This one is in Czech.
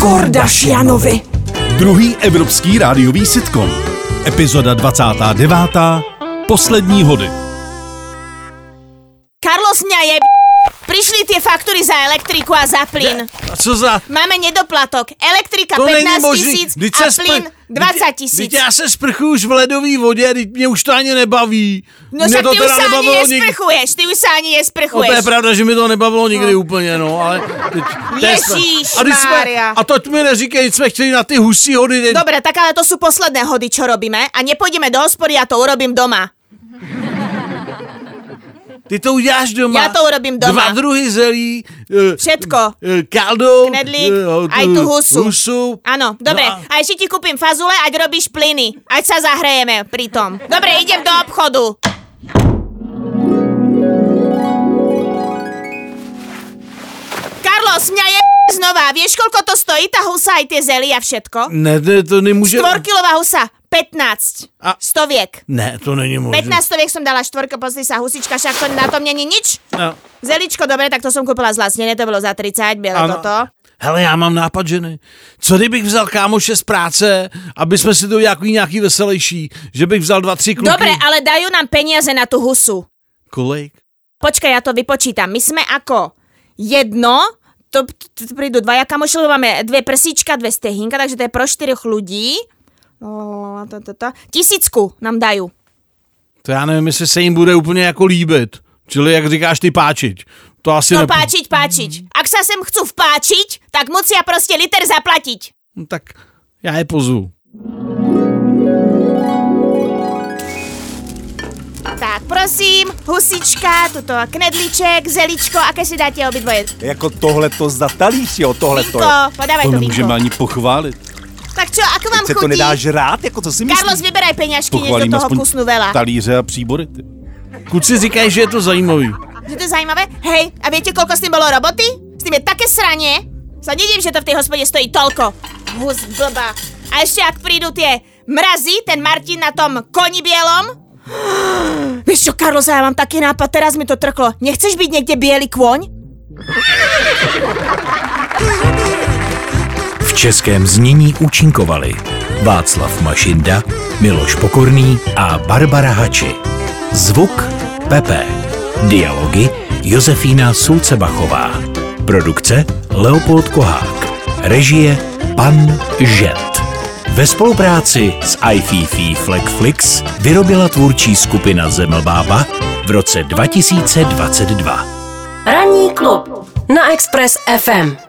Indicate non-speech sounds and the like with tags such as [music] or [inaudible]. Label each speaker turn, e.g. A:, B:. A: Kordašianovi.
B: Druhý evropský rádiový sitcom. Epizoda 29. Poslední hody.
C: Carlos mňa je... Prišli tie faktúry za elektriku a za plyn.
D: A co za...
C: Máme nedoplatok. Elektrika
D: To není
C: 15
D: možný.
C: tisíc
D: Vždyť
C: a
D: se spr-
C: plyn
D: vždyť-
C: 20 tisíc.
D: Vždyť já se sprchuju už v ledový vodě, teď mě už to ani nebaví.
C: No
D: mě
C: však
D: to
C: ty už
D: teda
C: sa ani
D: nebavilo nikdy.
C: nesprchuješ, ty už sa ani
D: No, to
C: nesprchuješ.
D: je pravda, že mi to nebavilo nikdy úplně, no, ale... Teď, to je spr-
C: Ježíš
D: a, teď jsme,
C: Mária.
D: a teď mi neříkej, teď jsme chtěli na ty husí hody. Teď,
C: Dobre, tak ale to sú posledné hody, čo robíme a nepôjdeme do hospody, ja to urobím doma.
D: ty to uděláš doma.
C: Já to urobím doma.
D: Dva druhy zelí. eh,
C: Všetko.
D: eh, Kaldu.
C: Knedlík,
D: eh,
C: aj tu husu.
D: husu.
C: Áno, dobre.
D: No
C: a... ešte ti kúpim fazule, ať robíš plyny. Ať sa zahrejeme pri tom. Dobre, idem do obchodu. Carlos, mňa je znova. Vieš, koľko to stojí tá husa aj tie zely a všetko?
D: Ne, ne, to nemůže...
C: Štvorkilová husa, 15.
D: A-
C: Stoviek.
D: Ne, to není možné.
C: 15 stoviek som dala štvorko, pozri sa, husička, však to na tom není nič.
D: No.
C: Zeličko, dobre, tak to som kúpila zlacnené, to bolo za 30, bylo
D: Ano.
C: toto.
D: Hele, já mám nápad ženy. Co kdybych vzal kámoše z práce, aby jsme si to nějaký, nějaký veselější, že bych vzal dva, tři kluky.
C: Dobre, ale dajú nám peniaze na tú husu.
D: Kolik?
C: Počkaj, ja to vypočítam. My sme ako jedno, to, to, to prídu dvaja kamoši, lebo máme dve prsíčka, dve stehinka, takže to je pro No, štyroch ľudí. O, to, to, to. Tisícku nám dajú.
D: To já nevím, jestli se jim bude úplně jako líbit. Čili, jak říkáš, ty páčiť. To asi nep-
C: No páčiť, páčiť. Ak sa sem chcú vpáčiť, tak musia proste liter zaplatiť.
D: No, tak já je pozvu.
C: Tak, prosím, husička, tuto knedliček, zeličko, aké si dáte obidvoje?
E: Jako tohle to za talíř, jo, tohle to.
C: Vínko, podávaj
B: To
C: to vínko.
B: nemůžeme ani pochválit.
C: Tak čo, ako vám
E: Se to
C: chutí?
E: nedá žrát, jako co si myslíš?
C: Carlos, vyberaj peňažky, než
B: Pochválím
C: do toho
B: aspoň
C: kusnu veľa.
B: talíře a příbory. Ty.
D: Kluci říkají, že je to zajímavý.
C: Že to je zajímavé? Hej, a viete, koľko s tým bolo roboty? S tým je také sranie. Sa nedím, že to v tej hospode stojí toľko. Hus blba. A ešte ak prídu tie mrazy, ten Martin na tom koni [gasps] bielom. Vieš čo, Carlos, ja mám taký nápad, teraz mi to trklo. Nechceš byť niekde biely kôň?
F: V českém znění účinkovali Václav Mašinda, Miloš Pokorný a Barbara Hači. Zvuk Pepe. Dialogy Josefína Sulcebachová. Produkce Leopold Kohák. Režie Pan Žet. Ve spolupráci s iFiFi Flexflix vyrobila tvůrčí skupina Zemlbába v roce 2022.
G: Ranní klub na Express FM.